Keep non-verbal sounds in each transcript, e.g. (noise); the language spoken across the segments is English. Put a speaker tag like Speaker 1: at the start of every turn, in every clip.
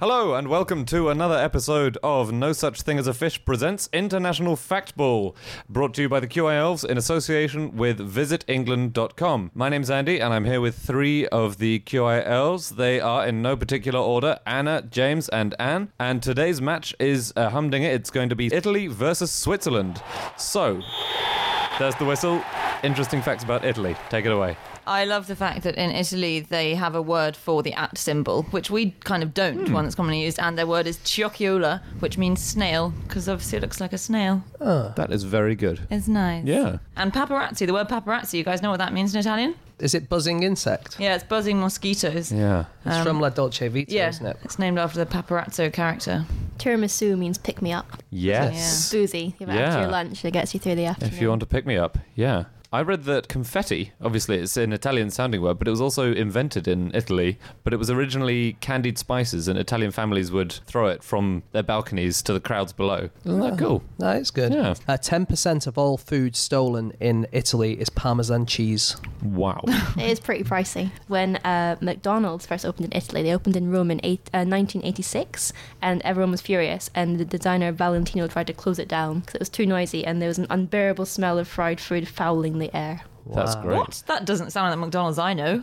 Speaker 1: Hello and welcome to another episode of No Such Thing as a Fish presents International Factball, brought to you by the QI Elves in association with visitengland.com. My name's Andy and I'm here with three of the QI Elves. They are in no particular order, Anna, James and Anne. And today's match is a humdinger. It's going to be Italy versus Switzerland. So, there's the whistle. Interesting facts about Italy. Take it away.
Speaker 2: I love the fact that in Italy they have a word for the at symbol, which we kind of don't, one that's commonly used, and their word is chiocciola, which means snail, because obviously it looks like a snail.
Speaker 1: That is very good.
Speaker 2: It's nice.
Speaker 1: Yeah.
Speaker 2: And paparazzi, the word paparazzi, you guys know what that means in Italian?
Speaker 3: Is it buzzing insect?
Speaker 2: Yeah, it's buzzing mosquitoes.
Speaker 1: Yeah.
Speaker 3: It's from La Dolce Vita,
Speaker 2: Yeah,
Speaker 3: isn't it?
Speaker 2: it's named after the paparazzo character.
Speaker 4: Tiramisu means pick me up.
Speaker 1: Yes.
Speaker 4: Boozy. You have it after
Speaker 1: Yeah.
Speaker 4: your lunch, it gets you through the afternoon.
Speaker 1: If you want to pick me up, yeah. I read that confetti, obviously it's an Italian sounding word, but it was also invented in Italy. But it was originally candied spices, and Italian families would throw it from their balconies to the crowds below. Isn't that cool?
Speaker 3: No, it's good.
Speaker 1: Yeah.
Speaker 3: Uh, 10% of all food stolen in Italy is Parmesan cheese.
Speaker 1: Wow.
Speaker 4: It is pretty pricey. When uh, McDonald's first opened in Italy, they opened in Rome in eight, uh, 1986, and everyone was furious. And the designer Valentino tried to close it down because it was too noisy, and there was an unbearable smell of fried food fouling the air.
Speaker 1: That's great.
Speaker 2: What? That doesn't sound like the McDonald's I know.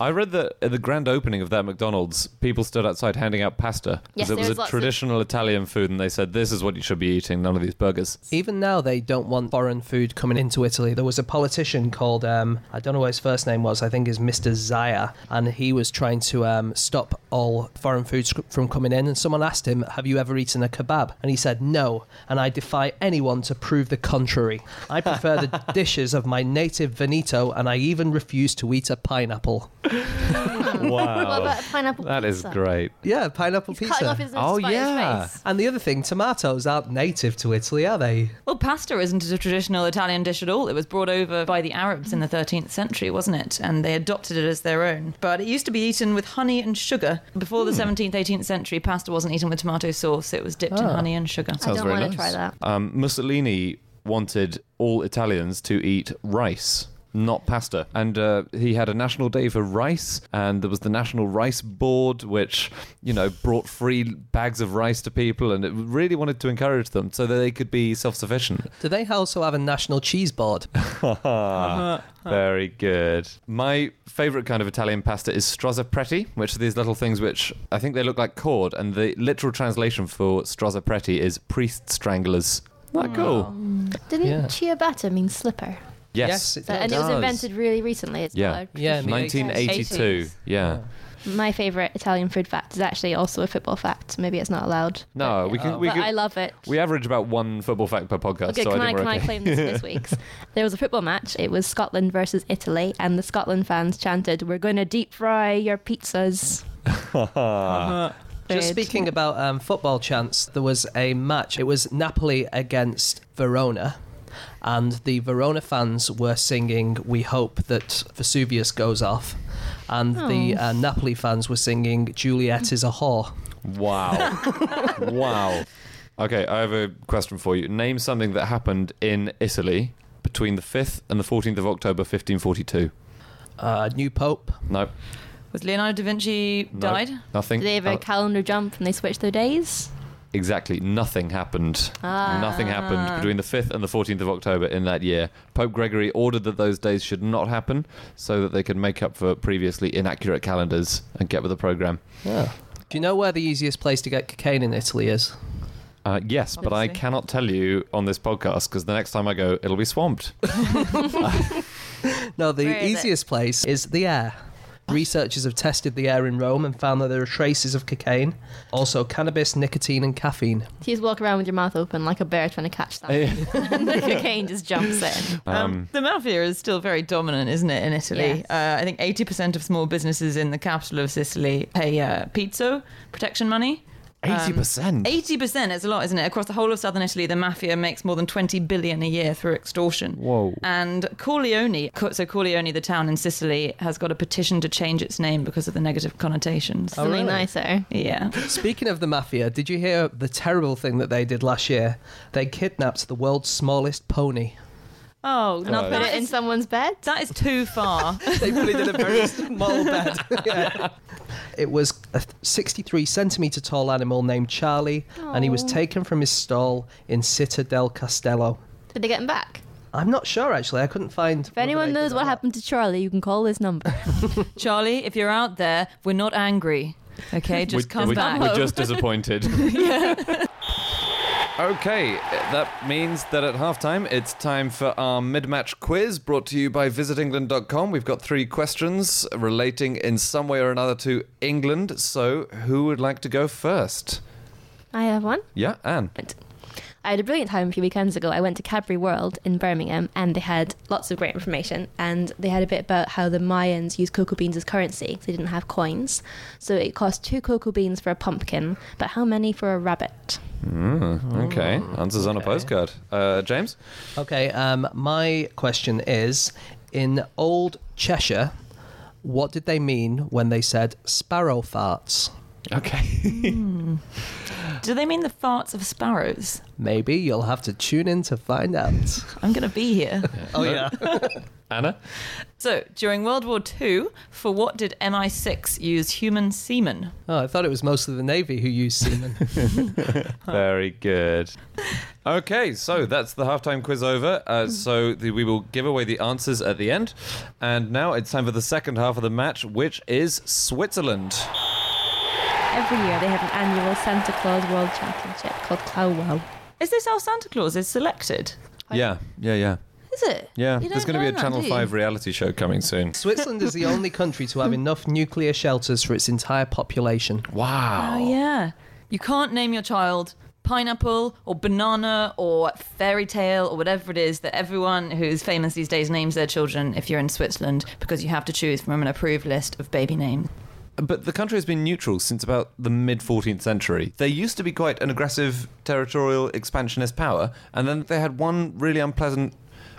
Speaker 1: I read that at the grand opening of that McDonald's, people stood outside handing out pasta because
Speaker 4: Yes,
Speaker 1: it
Speaker 4: there
Speaker 1: was
Speaker 4: was
Speaker 1: a
Speaker 4: lots of-
Speaker 1: traditional Italian food, and they said, This is what you should be eating, none of these burgers.
Speaker 3: Even now, they don't want foreign food coming into Italy. There was a politician called, um, I don't know what his first name was, I think is Mr. Zaya, and he was trying to um, stop all foreign foods c- from coming in. And someone asked him, Have you ever eaten a kebab? And he said, No. And I defy anyone to prove the contrary. I prefer (laughs) the dishes of my native Veneto, and I even refuse to eat a pineapple.
Speaker 4: (laughs) What
Speaker 1: Wow.
Speaker 4: about a pineapple
Speaker 1: that is
Speaker 4: pizza?
Speaker 1: great.
Speaker 3: Yeah, pineapple
Speaker 4: He's
Speaker 3: pizza.
Speaker 4: cutting off his nose
Speaker 1: Oh,
Speaker 4: to spite his
Speaker 1: yeah.
Speaker 4: face.
Speaker 3: And the other thing, tomatoes aren't native to Italy, are they?
Speaker 2: well, pasta isn't a traditional Italian dish at all. It was brought over by the Arabs in the 13th century, wasn't it? And they adopted it as their own. But it used to be eaten with honey and sugar. Before the 17th, 18th century, pasta wasn't eaten with tomato sauce, it was dipped in honey and sugar.
Speaker 4: I
Speaker 1: Sounds
Speaker 4: don't
Speaker 1: very
Speaker 4: want
Speaker 1: nice.
Speaker 4: to try that.
Speaker 1: Um, Mussolini wanted all Italians to eat rice. Not pasta. And uh, he had a national day for rice, and there was the National Rice Board, which, you know, brought free bags of rice to people, and it really wanted to encourage them so that they could be self sufficient.
Speaker 3: Do they also have a national cheese board?
Speaker 1: Ah, Very good. My favorite kind of Italian pasta is strozzapreti, which are these little things which I think they look like cord, and the literal translation for strozzapreti is priest stranglers. Isn't that cool?
Speaker 4: Didn't
Speaker 3: Yeah.
Speaker 4: ciabatta mean slipper?
Speaker 1: Yes.
Speaker 3: it
Speaker 4: So, and it was
Speaker 1: does.
Speaker 4: invented really recently. It's
Speaker 1: Yeah.
Speaker 4: not a
Speaker 3: Yeah,
Speaker 4: traditional-
Speaker 1: 1982.
Speaker 2: 80s.
Speaker 1: Yeah.
Speaker 4: Oh. My favorite Italian food fact is actually also a football fact. Maybe it's not allowed.
Speaker 1: No, we can. We,
Speaker 4: but
Speaker 1: can
Speaker 4: I love it.
Speaker 1: we average about one football fact per podcast,
Speaker 4: Okay,
Speaker 1: so
Speaker 4: can
Speaker 1: I
Speaker 4: I,
Speaker 1: think
Speaker 4: can
Speaker 1: we're
Speaker 4: I
Speaker 1: okay.
Speaker 4: claim this, this week's? There was a football match. It was Scotland versus Italy, and the Scotland fans chanted, "We're going to deep fry your pizzas."
Speaker 3: Uh-huh. Just
Speaker 4: Weird.
Speaker 3: speaking about um, football chants, there was a match. It was Napoli against Verona. And the Verona fans were singing, We hope that Vesuvius goes off. And the
Speaker 4: Oh.
Speaker 3: uh, Napoli fans were singing, Juliet is a whore.
Speaker 1: (laughs) Wow. wow. Okay, I have a question for you. Name something that happened in Italy between the 5th and the 14th of October, 1542.
Speaker 3: Uh, new Pope.
Speaker 1: Nope.
Speaker 2: Was Leonardo da Vinci
Speaker 1: nope,
Speaker 2: died?
Speaker 1: Nothing.
Speaker 4: Did they have
Speaker 1: Oh,
Speaker 4: a calendar jump and they switched their days?
Speaker 1: exactly. Nothing happened.
Speaker 4: Ah.
Speaker 1: Nothing happened between the 5th and the 14th of October in that year. Pope Gregory ordered that those days should not happen so that they could make up for previously inaccurate calendars and get with the program.
Speaker 3: Yeah. Do you know where the easiest place to get cocaine in Italy is?
Speaker 1: Uh, yes, but I
Speaker 2: Obviously.
Speaker 1: cannot tell you on this podcast because the next time I go, it'll be swamped.
Speaker 3: No, the
Speaker 4: Where is it?
Speaker 3: easiest place is the air. Researchers have tested the air in Rome and found that there are traces of cocaine, also cannabis, nicotine, and caffeine.
Speaker 4: You just walk around with your mouth open like a bear trying to catch something, and the cocaine just jumps in.
Speaker 2: Um, the mafia is still very dominant, isn't it, in Italy?
Speaker 4: Yes.
Speaker 2: Uh, I think 80% of small businesses in the capital of Sicily pay uh, pizzo protection money.
Speaker 1: 80%.
Speaker 2: 80% is a lot, isn't it? Across the whole of southern Italy, the mafia makes more than 20 billion a year through extortion.
Speaker 1: Whoa.
Speaker 2: And Corleone, Co- so Corleone, the town in Sicily, has got a petition to change its name because of the negative connotations.
Speaker 3: Oh,
Speaker 4: Something
Speaker 3: really?
Speaker 4: nicer.
Speaker 2: Yeah.
Speaker 3: Speaking of the mafia, did you hear the terrible thing that they did last year? They kidnapped the world's smallest pony.
Speaker 4: (laughs)
Speaker 2: Oh, no,
Speaker 1: Right.
Speaker 4: Put
Speaker 2: that
Speaker 4: it in
Speaker 2: is-
Speaker 4: someone's bed.
Speaker 2: that is too far.
Speaker 3: (laughs) They put it in a very small bed. Yeah. It was a th- 63 centimeter tall animal named Charlie, and he was
Speaker 4: Aw.
Speaker 3: taken from his stall in Citadel Castello.
Speaker 4: Did they get him back?
Speaker 3: I'm not sure actually. I couldn't find.
Speaker 4: If anyone knows what happened to Charlie, you can call this number.
Speaker 2: (laughs) Charlie, if you're out there, we're not angry. Okay, just
Speaker 1: we,
Speaker 2: come
Speaker 1: we,
Speaker 2: back.
Speaker 1: We're just
Speaker 2: (laughs)
Speaker 1: disappointed. okay, that means that at halftime it's time for our mid-match quiz brought to you by visitengland.com. We've got three questions relating in some way or another to England. So, who would like to go first?
Speaker 4: I have one.
Speaker 1: Yeah, Anne.
Speaker 4: I had a brilliant time a few weekends ago. I went to Cadbury World in Birmingham and they had lots of great information. And they had a bit about how the Mayans used cocoa beans as currency. They didn't have coins. So it cost two cocoa beans for a pumpkin, but how many for a rabbit?
Speaker 1: Mm, okay, answers on a
Speaker 3: okay.
Speaker 1: postcard. Uh, James?
Speaker 3: Okay, um, my question is in old Cheshire, what did they mean when they said sparrow farts?
Speaker 1: (laughs) Okay.
Speaker 2: Do they mean the farts of sparrows?
Speaker 3: Maybe you'll have to tune in to find out.
Speaker 2: I'm going to be here.
Speaker 3: (laughs) oh, yeah.
Speaker 1: Anna?
Speaker 2: So, during World War II, for what did MI6 use human semen?
Speaker 3: Oh, I thought it was mostly the Navy who used (laughs) semen.
Speaker 1: Very good. Okay,
Speaker 2: Hmm.
Speaker 1: so that's the halftime quiz over. Uh, so the, we will give away the answers at the end. And now it's time for the second half of the match, which is Switzerland.
Speaker 4: Every year they have an annual Santa Claus World Championship called Clowwow.
Speaker 2: Is this how Santa Claus is selected?
Speaker 1: Yeah, yeah, yeah.
Speaker 2: Is it?
Speaker 1: Yeah,
Speaker 2: You
Speaker 1: there's
Speaker 2: don't
Speaker 1: going to be
Speaker 2: know
Speaker 1: a
Speaker 2: that,
Speaker 1: Channel
Speaker 2: do you?
Speaker 1: 5 reality show coming soon.
Speaker 3: Switzerland is the only country to have enough nuclear shelters for its entire population.
Speaker 1: Wow.
Speaker 2: Oh, yeah. You can't name your child pineapple or banana or fairy tale or whatever it is that everyone who's famous these days names their children if you're in Switzerland because you have to choose from an approved list of baby names.
Speaker 1: But the country has been neutral since about the mid 14th century. They used to be quite an aggressive territorial expansionist power, and then they had one really unpleasant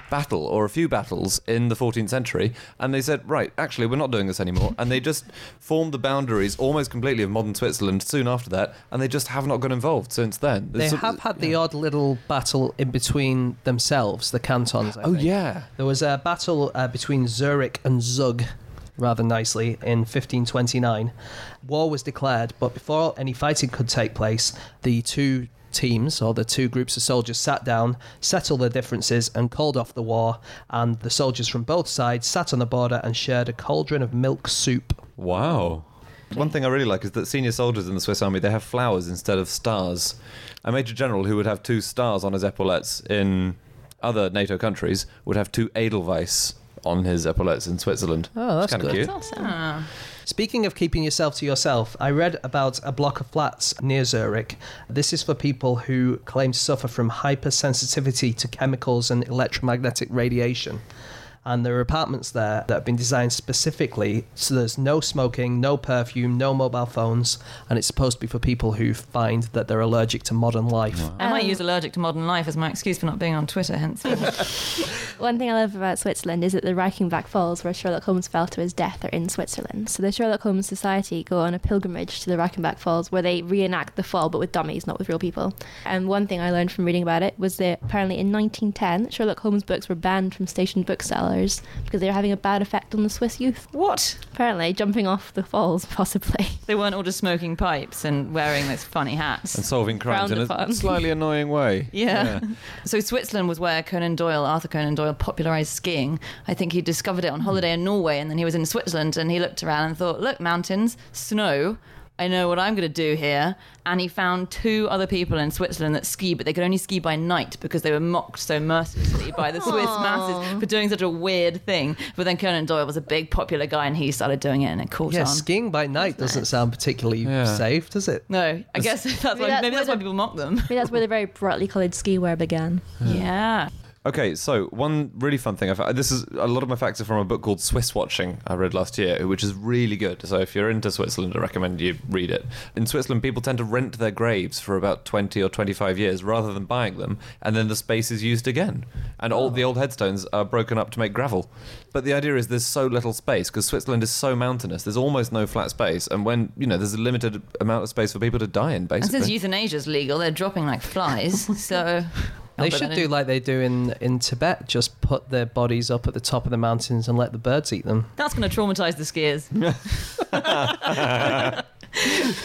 Speaker 1: battle or a few battles in the 14th century, and they said, right, actually, we're not doing this anymore. And they just formed the boundaries almost completely of modern Switzerland soon after that, and they just have not got involved since then.
Speaker 3: They
Speaker 1: It's sort
Speaker 3: have
Speaker 1: of-
Speaker 3: had the odd little battle in between themselves, the cantons. I
Speaker 1: Oh,
Speaker 3: think.
Speaker 1: yeah.
Speaker 3: There was a battle uh, between Zurich and Zug, rather nicely, in 1529. War was declared, but before any fighting could take place, the two teams or the two groups of soldiers sat down, settled their differences, and called off the war. And the soldiers from both sides sat on the border and shared a cauldron of milk soup.
Speaker 1: Wow. One thing I really like is that senior soldiers in the Swiss Army they have flowers instead of stars. A major general who would have two stars on his epaulets in other NATO countries would have two Edelweiss on his epaulets in Switzerland.
Speaker 3: Oh, that's
Speaker 1: kind
Speaker 3: good.
Speaker 1: of cute.
Speaker 4: awesome.
Speaker 2: Ah.
Speaker 3: Speaking of keeping yourself to yourself, I read about a block of flats near Zurich. This is for people who claim to suffer from hypersensitivity to chemicals and electromagnetic radiation. And there are apartments there that have been designed specifically so there's no smoking, no perfume, no mobile phones, and it's supposed to be for people who find that they're allergic to modern life.
Speaker 2: I might
Speaker 4: Um,
Speaker 2: use allergic to modern life as my excuse for not being on Twitter, hence.
Speaker 4: One thing I love about Switzerland is that the Reichenbach Falls, where Sherlock Holmes fell to his death, are in Switzerland. So the Sherlock Holmes Society go on a pilgrimage to the Reichenbach Falls, where they reenact the fall, but with dummies, not with real people. And one thing I learned from reading about it was that apparently in 1910, Sherlock Holmes books were banned from stationed booksellers because they were having a bad effect on the Swiss youth.
Speaker 2: (laughs) what?
Speaker 4: Apparently, jumping off the falls, (laughs) possibly.
Speaker 2: They weren't all just smoking pipes and wearing those funny hats.
Speaker 1: And solving crimes in
Speaker 4: Frowned
Speaker 1: a
Speaker 4: upon.
Speaker 1: slightly annoying
Speaker 3: (laughs)
Speaker 1: way.
Speaker 2: Yeah. So Switzerland was where Conan Doyle, Arthur Conan Doyle, popularized skiing. I think he discovered it on holiday in Norway, and then he was in Switzerland and he looked around and thought, look, mountains, snow. I know what I'm going to do here. And he found two other people in Switzerland that ski, but they could only ski by night because they were mocked so mercilessly by the Swiss masses for doing such a weird thing. But then Conan Doyle was a big popular guy and he started doing it and it caught
Speaker 3: Yeah,
Speaker 2: on.
Speaker 3: skiing by night doesn't sound particularly
Speaker 1: Yeah.
Speaker 3: safe, does it?
Speaker 2: no, I guess (laughs) that's why,
Speaker 4: that's
Speaker 2: maybe that's why
Speaker 4: where the-
Speaker 2: people mock them.
Speaker 4: Maybe that's where the very brightly coloured ski wear began.
Speaker 2: Yeah.
Speaker 1: Okay, so one really fun thing I found, this is a lot of my facts are from a book called Swiss Watching I read last year, which is really good. So if you're into Switzerland, I recommend you read it. In Switzerland, people tend to rent their graves for about 20 or 25 years rather than buying them, and then the space is used again. And all the old headstones are broken up to make gravel. But the idea is there's so little space because Switzerland is so mountainous. There's almost no flat space, and when you know there's a limited amount of space for people to die in,
Speaker 2: And
Speaker 1: basically.
Speaker 2: (laughs) since euthanasia is legal, they're dropping like flies. so
Speaker 3: They
Speaker 2: Oh, but
Speaker 3: should
Speaker 2: I
Speaker 3: do
Speaker 2: didn't-
Speaker 3: like they do in, in Tibet, just put their bodies up at the top of the mountains and let the birds eat them.
Speaker 2: That's going to traumatize the skiers. (laughs)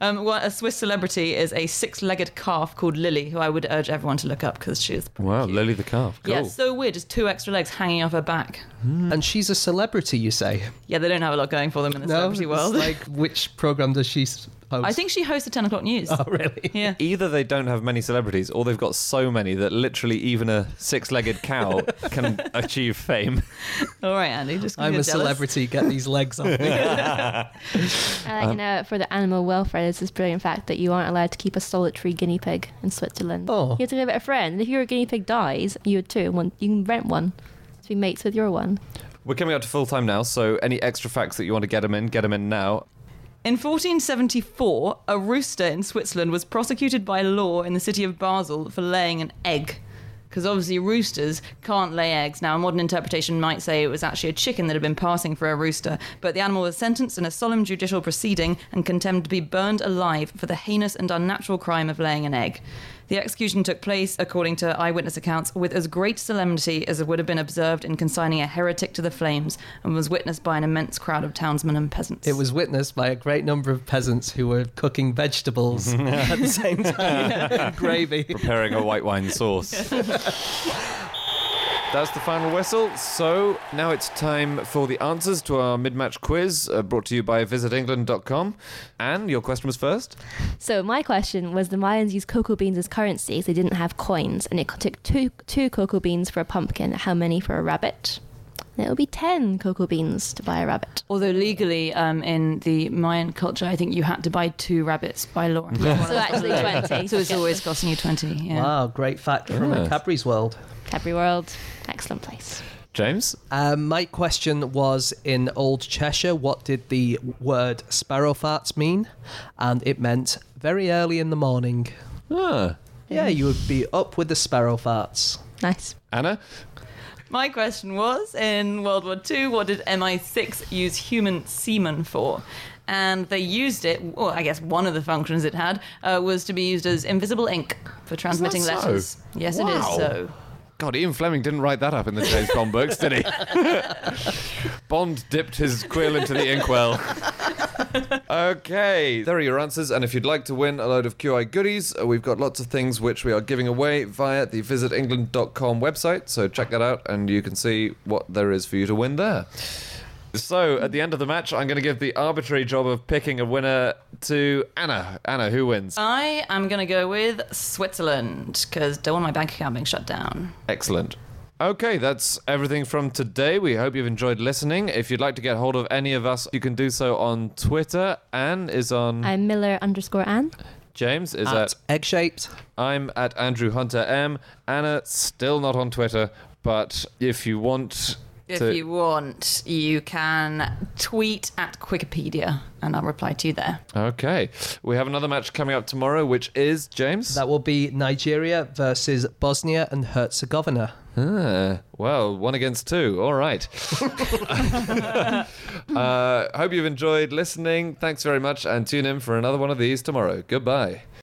Speaker 2: um, well, a Swiss celebrity is a six-legged calf called Lily, who I would urge everyone to look up because she is.
Speaker 1: Wow, Lily the calf. Cool.
Speaker 2: Yeah, so weird. Just two extra legs hanging off her back.
Speaker 3: And she's a celebrity, you say?
Speaker 2: Yeah, they don't have a lot going for them Mm. in the celebrity
Speaker 3: it's
Speaker 2: world.
Speaker 3: like which program does she s- host? (laughs)
Speaker 2: I think she hosts the 10 o'clock news.
Speaker 3: Oh, really?
Speaker 2: Yeah.
Speaker 1: Either they don't have many celebrities, or they've got so many that literally even a six-legged cow can achieve fame.
Speaker 2: All right, Andy. Just 'cause
Speaker 3: I'm
Speaker 2: you're
Speaker 3: a
Speaker 2: jealous.
Speaker 3: celebrity. Get these
Speaker 2: (laughs)
Speaker 3: legs off me.
Speaker 4: I
Speaker 2: Uh-huh.
Speaker 4: like to know Uh, for the animal welfare, there's this brilliant fact that you aren't allowed to keep a solitary guinea pig in Switzerland.
Speaker 3: Oh.
Speaker 4: You have to give it a friend. And if your guinea pig dies, you would too. One, you can rent one to be mates with your one.
Speaker 1: We're coming up to full time now, so any extra facts that you want to get them in, get them in now.
Speaker 2: In 1474, a rooster in Switzerland was prosecuted by law in the city of Basel for laying an egg. Because obviously, roosters can't lay eggs. Now, a modern interpretation might say it was actually a chicken that had been passing for a rooster, but the animal was sentenced in a solemn judicial proceeding and condemned to be burned alive for the heinous and unnatural crime of laying an egg. The execution took place, according to eyewitness accounts, with as great solemnity as would have been observed in consigning a heretic to the flames, and was witnessed by an immense crowd of townsmen and peasants.
Speaker 3: It was witnessed by a great number of peasants who were cooking
Speaker 2: (laughs)
Speaker 3: vegetables at the same time. (laughs) Gravy.
Speaker 1: Preparing a white wine sauce. That's the final whistle. So now it's time for the answers to our mid match quiz uh, brought to you by visitengland.com. Anne, your question was first.
Speaker 4: So my question was: the Mayans used cocoa beans as currency, so they didn't have coins, and it took two two cocoa beans for a pumpkin. How many for a rabbit? It would be ten cocoa beans to buy a rabbit.
Speaker 2: Although legally, um, in the Mayan culture, I think you had to buy two rabbits by law. (laughs)
Speaker 4: So actually twenty.
Speaker 2: so it's always costing you twenty. Yeah.
Speaker 3: Wow, great fact from
Speaker 1: Yes.
Speaker 3: a Cadbury's world.
Speaker 4: Cadbury World, excellent place.
Speaker 1: James?
Speaker 3: Um, my question was in Old Cheshire, what did the word sparrow farts mean? And it meant very early in the morning.
Speaker 1: Ah.
Speaker 3: Yeah, you would be up with the sparrow farts.
Speaker 2: Mm.
Speaker 4: Nice.
Speaker 1: Anna?
Speaker 2: My question was: In World War II, what did MI6 use human semen for? And they used it. Well, I guess one of the functions it had uh, was to be used as invisible ink for transmitting
Speaker 1: so?
Speaker 2: letters. Yes, it is
Speaker 1: Wow.
Speaker 2: so.
Speaker 1: God, Ian Fleming didn't write that up in the James Bond books, did he? Bond dipped his quill into the inkwell. okay, there are your answers. And if you'd like to win a load of QI goodies, uh, we've got lots of things which we are giving away via the visitengland.com website. So check that out and you can see what there is for you to win there. So at the end of the match, I'm going to give the arbitrary job of picking a winner to Anna. Anna, who wins?
Speaker 2: I am going to go with Switzerland because don't want my bank account being shut down.
Speaker 1: Excellent. Okay, that's everything from today. We hope you've enjoyed listening. If you'd like to get hold of any of us, you can do so on Twitter. Anne is on.
Speaker 4: I'm Miller underscore Anne.
Speaker 1: James is
Speaker 3: At
Speaker 1: at.
Speaker 3: egg shaped.
Speaker 1: I'm at Andrew Hunter M. Anna still not on Twitter, but if you want
Speaker 2: If
Speaker 1: to,
Speaker 2: you want, you can tweet at Wikipedia and I'll reply to you there.
Speaker 1: okay, we have another match coming up tomorrow, which is James.
Speaker 3: That will be Nigeria versus Bosnia and Herzegovina.
Speaker 1: Ah, well, one against two. All right. uh, hope you've enjoyed listening. Thanks very much, and tune in for another one of these tomorrow. Goodbye.